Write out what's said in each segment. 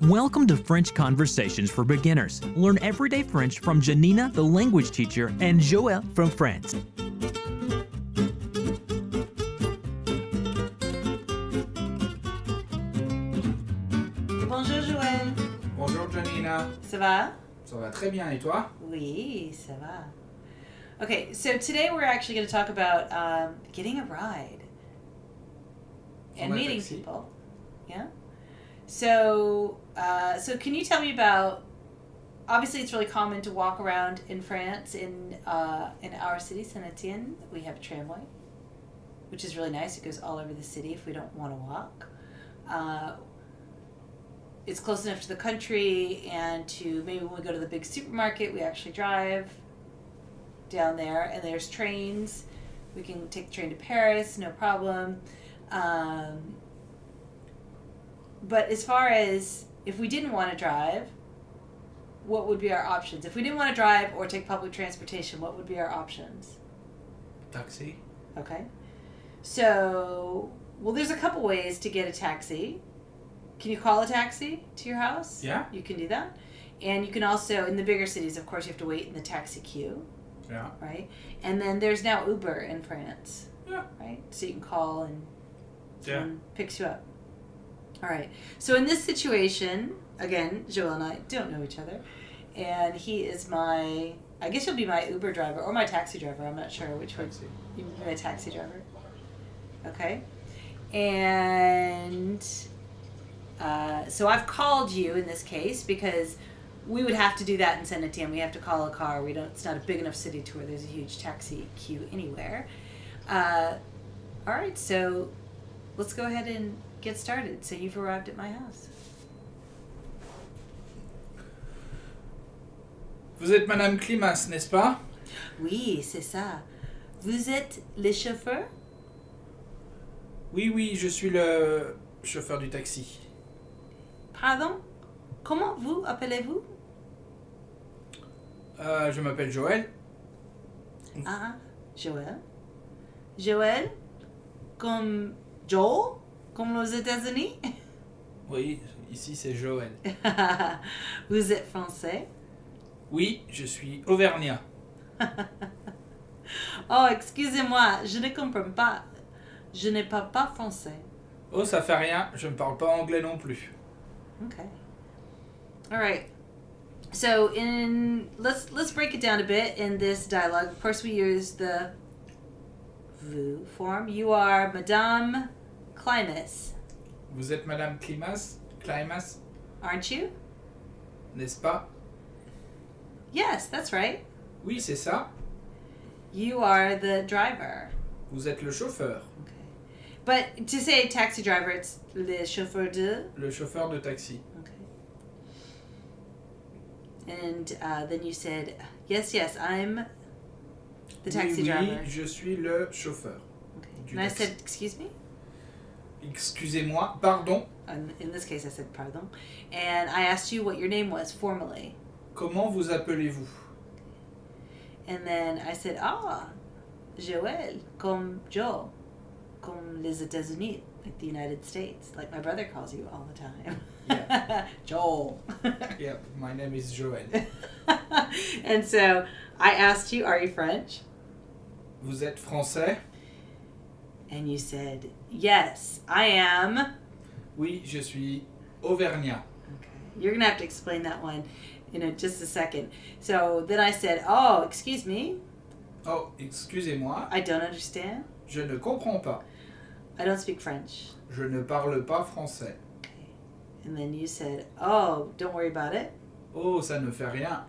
Welcome to French Conversations for Beginners. Learn everyday French from Janina, the language teacher, and Joël from France. Bonjour Joël, Bonjour Janina, ça va? ça va très bien et toi Oui, ça va. Okay, so today we're actually going to talk about um, getting a ride and Prendre un meeting taxi. people. Yeah. So, uh, so can you tell me about? Obviously, it's really common to walk around in France. In uh, in our city, Saint Etienne, we have a tramway, which is really nice. It goes all over the city if we don't want to walk. Uh, it's close enough to the country and to maybe when we go to the big supermarket, we actually drive down there. And there's trains. We can take the train to Paris, no problem. Um, but as far as if we didn't want to drive, what would be our options? If we didn't want to drive or take public transportation, what would be our options? Taxi Okay. So, well, there's a couple ways to get a taxi. Can you call a taxi to your house? Yeah. You can do that. And you can also, in the bigger cities, of course, you have to wait in the taxi queue, Yeah. right? And then there's now Uber in France. Yeah. Right? So you can call and and picks you up. All right. So in this situation, again, Joel and I don't know each other, and he is my. I guess you'll be my Uber driver or my taxi driver. I'm not sure which one. Taxi. You would be my taxi driver. Okay. And uh, so I've called you in this case because we would have to do that in San Etienne. We have to call a car. We don't. It's not a big enough city to where there's a huge taxi queue anywhere. Uh, all right. So let's go ahead and get started. So you've arrived at my house. Vous êtes Madame Climas, n'est-ce pas Oui, c'est ça. Vous êtes le chauffeur? Oui, oui, je suis le chauffeur du taxi. Pardon? Comment vous appelez-vous? Euh, je m'appelle Joël. Ah, Joël. Joël, comme Joel, comme aux États-Unis. Oui, ici c'est Joël. Vous êtes français. Oui, je suis Auvergnat. Oh, excusez-moi, je ne comprends pas. Je ne parle pas français. Oh, ça fait rien, je ne parle pas anglais non plus. Okay. All right. So in let's let's break it down a bit in this dialogue. Of course, we use the vous form. You are Madame Climus, Vous êtes Madame Climas, Climas, aren't you? n'est-ce pas Yes, that's right. Oui, c'est ça. You are the driver. Vous êtes le chauffeur, Okay. But to say taxi driver, it's le chauffeur de. le chauffeur de taxi. Okay. And uh, then you said, yes, yes, I'm the taxi oui, driver. oui, je suis le chauffeur. Okay. Du And I taxi. said, excuse me? Excusez-moi, pardon, In, in this case, I said, pardon. And I asked you what your name was formally. comment vous appelez-vous And then I said, ah, Joel, comme Joe, comme les États-Unis, like the United States, like my brother calls you all the time. Joel. Yeah, my name is Joël. and so I asked you, are you French? Vous êtes français And you said, yes, I am. Oui, je suis auvergnat. Okay. You're going to have to explain that one in a, just a second. So then I said, oh, excuse me, Oh, excusez-moi, I don't understand. je ne comprends pas. I don't speak French. Je ne parle pas français. And then you said, Oh, don't worry about it. Oh, ça ne fait rien.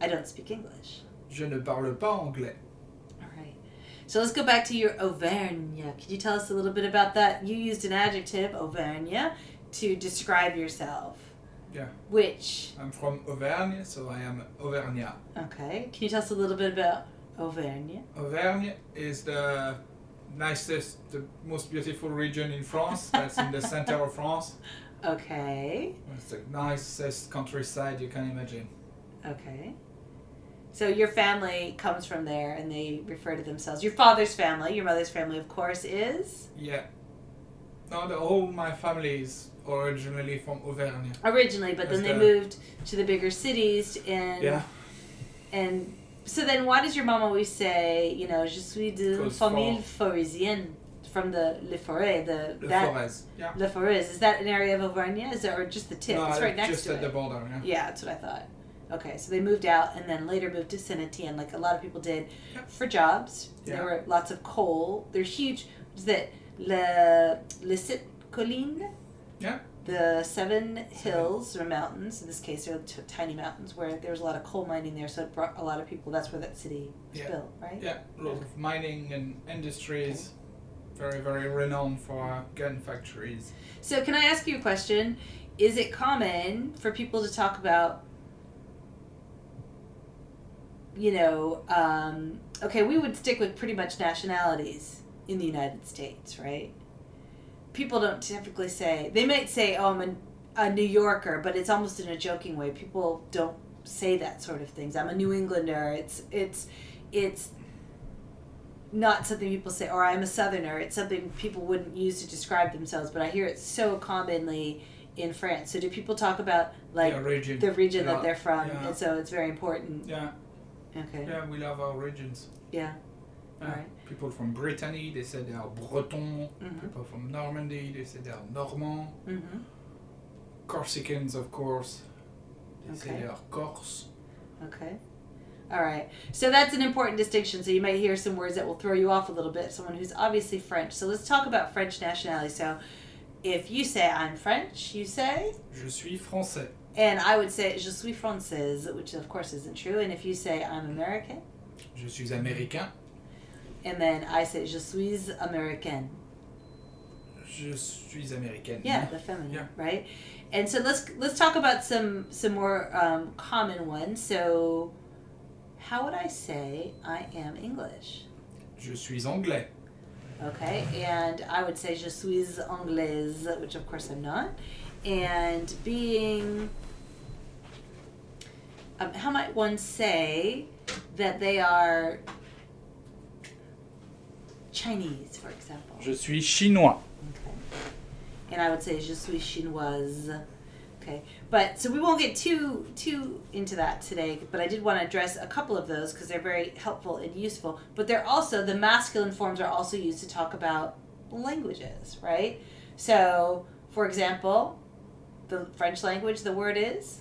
I don't speak English. Je ne parle pas anglais. All right. So let's go back to your Auvergne. Could you tell us a little bit about that? You used an adjective, Auvergne, to describe yourself. Yeah. Which, I'm from Auvergne, so I am auvergnat. okay. Can you tell us a little bit about Auvergne? Auvergne is the nicest, the most beautiful region in France. That's in the center of France. Okay. It's the nicest countryside you can imagine. Okay. So your family comes from there and they refer to themselves. Your father's family, your mother's family, of course, is Yeah. No, the whole my family is originally from Auvergne. originally, but then That's they the- moved to the bigger cities and Yeah, and so then why does your mom always say you know je suis de Cause famille forestienne from the Les Forêts the the that forest. Yeah, Les Forêts is that an area of Auvergne is that or just the tip no, it's right next just to at it the border. Yeah. yeah that's what I thought okay so they moved out and then later moved to Senetien like a lot of people did Yep. for jobs Yeah. there were lots of coal they're huge is that Le Le Sept Collines Yeah. the seven hills or mountains in this case they're t- tiny mountains where there was a lot of coal mining there so it brought a lot of people that's where that city was Yeah. built right Yeah, a lot of mining and industries, very very renowned for gun factories. so can i ask you a question is it common for people to talk about you know um, okay we would stick with pretty much nationalities in the united states right people don't typically say they might say oh i'm an, a new yorker but it's almost in a joking way people don't say that sort of things i'm a new englander it's it's it's not something people say or i'm a southerner it's something people wouldn't use to describe themselves but i hear it so commonly in france so do people talk about like yeah, region. the region that Yeah. they're from Yeah. and so it's very important Yeah, okay yeah, we love our regions. yeah Yeah. Alright. People from Brittany, they say they are Breton. mm-hmm. People from Normandy, they say they are Normand. Mm-hmm. Corsicans, of course, they say Okay. they are Corse. Okay. All right. So that's an important distinction. So you might hear some words that will throw you off a little bit. Someone who's obviously French. So let's talk about French nationality. So if you say I'm French, you say, Je suis français. and I would say je suis française, which of course isn't true. And if you say I'm American, Je suis américain. and then I say je suis américaine. Je suis américaine. Yeah, the feminine, Yeah. right? And so let's let's talk about some some more um, common ones. So how would I say I am English? Je suis anglais. Okay, and I would say je suis anglaise, which of course I'm not. And being, um, how might one say that they are Chinese, for example? Je suis chinois. Okay. And I would say je suis chinoise. Okay. But so we won't get too too into that today, but I did want to address a couple of those because they're very helpful and useful. But they're also the masculine forms are also used to talk about languages, right? So, for example, the French language, the word is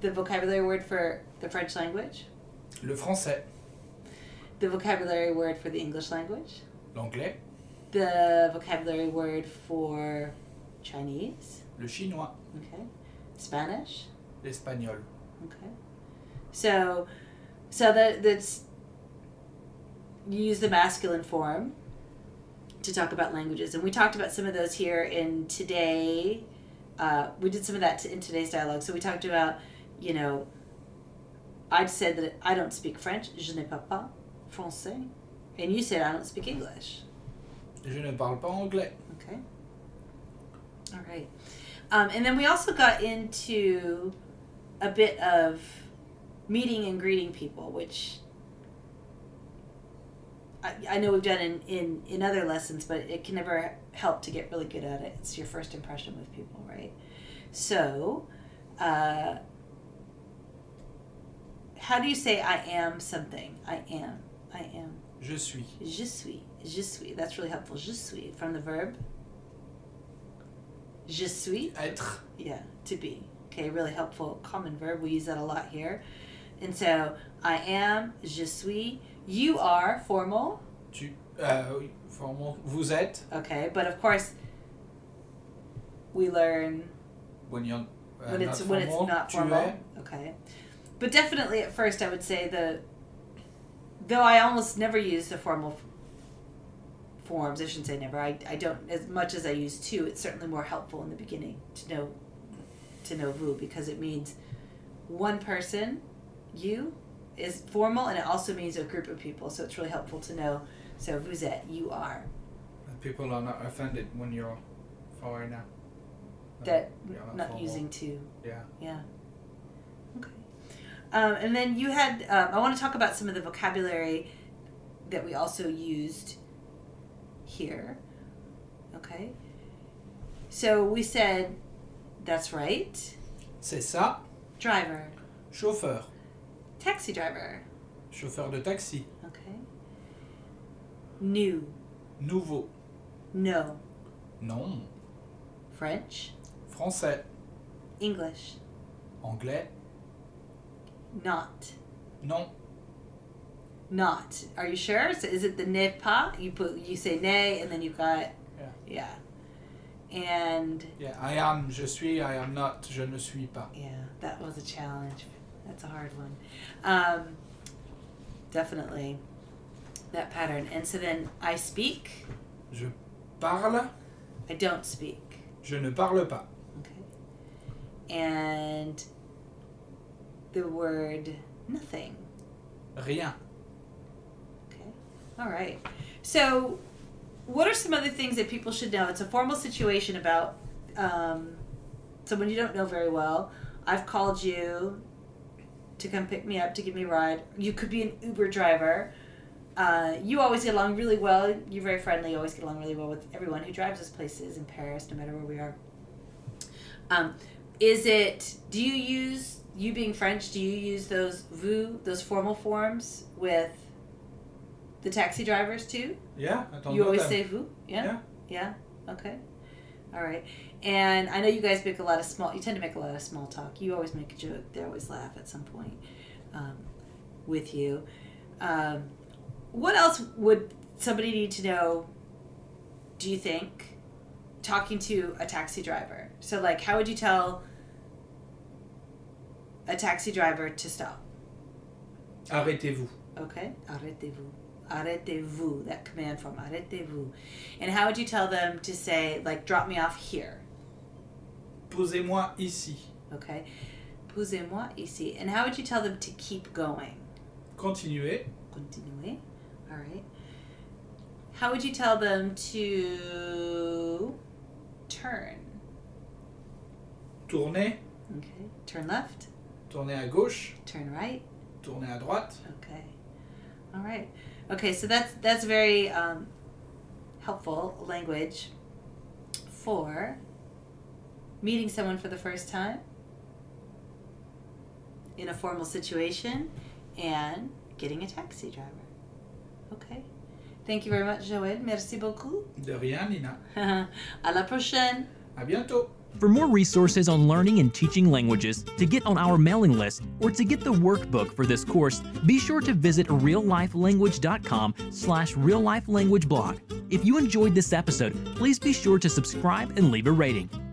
the vocabulary word for the French language, Le français. the vocabulary word for the English language. L'anglais. the vocabulary word for Chinese, Le chinois. okay, Spanish, L'espagnol. okay. So, so that that's you use the masculine form to talk about languages, and we talked about some of those here in today. Uh, we did some of that t- in today's dialogue. So we talked about, you know, I said that I don't speak French, je ne parle pas français, and you said I don't speak English. Je ne parle pas anglais. Okay. All right. Um, and then we also got into a bit of meeting and greeting people, which I, I know we've done in, in, in other lessons, but it can never help to get really good at it. It's your first impression with people, right? So, uh, how do you say I am something? I am. I am. Je suis. Je suis. Je suis. That's really helpful. Je suis from the verb. Je suis. Être. Yeah, to be. Okay, really helpful common verb. We use that a lot here. And so I am, je suis, you are formal. Tu. Euh, oui, formel. Vous êtes. Okay, but of course we learn When you're, euh, when it's not when it's formal, not tu formal. es. Okay, but definitely at first I would say the though I almost never use the formal f- forms. I shouldn't say never. I, I don't as much as I used to. It's certainly more helpful in the beginning to know to know vous because it means one person you is formal and it also means a group of people. So it's really helpful to know. So vous êtes you are People are not offended when you're foreigner. Uh, that Oh, Yeah, that's not normal. using to. Yeah. Yeah. Okay. Um, and then you had. Um, I want to talk about some of the vocabulary that we also used here. Okay. So we said, that's right. C'est ça, Driver, chauffeur, taxi driver. chauffeur de taxi, Okay. New, nouveau, no. non, French, français, English, anglais, not. non, Not. Are you sure? So is it the ne pas? You put you say nay and then you got Yeah. yeah. And yeah, I am, je suis, I am not, je ne suis pas. yeah, that was a challenge. That's a hard one. Um, definitely that pattern. And so then I speak, Je parle, I don't speak. je ne parle pas. Okay. And the word nothing. Rien. Okay. All right. So, what are some other things that people should know? It's a formal situation about um, someone you don't know very well. I've called you to come pick me up to give me a ride. You could be an Uber driver. Uh, you always get along really well. You're very friendly. You always get along really well with everyone who drives us places in Paris, no matter where we are. Um, is it? Do you use you being French? Do you use those vous those formal forms with the taxi drivers too? Yeah, attends. you always say vous? Yeah? Yeah. Yeah? Okay. All right. And I know you guys make a lot of small, you tend to make a lot of small talk. You always make a joke. They always laugh at some point um, with you. Um, what else would somebody need to know, do you think, talking to a taxi driver? So, like, how would you tell a taxi driver to stop? Arrêtez-vous. Okay, arrêtez-vous. Arrêtez-vous, that command from arrêtez-vous. And how would you tell them to say, like, drop me off here? Posez-moi ici. Okay, posez-moi ici. And how would you tell them to keep going? Continuez. Continuez. All right. How would you tell them to turn? Tournez. Okay, turn left, Tournez à gauche. turn right. Tournez à droite. Okay. All right. Okay, so that's that's very um, helpful language for meeting someone for the first time in a formal situation and getting a taxi driver. Okay. Thank you very much, Joël. Merci beaucoup. De rien, Nina. à la prochaine. À bientôt. For more resources on learning and teaching languages, to get on our mailing list, or to get the workbook for this course, be sure to visit reallifelanguage.com slash reallifelanguageblog. If you enjoyed this episode, please be sure to subscribe and leave a rating.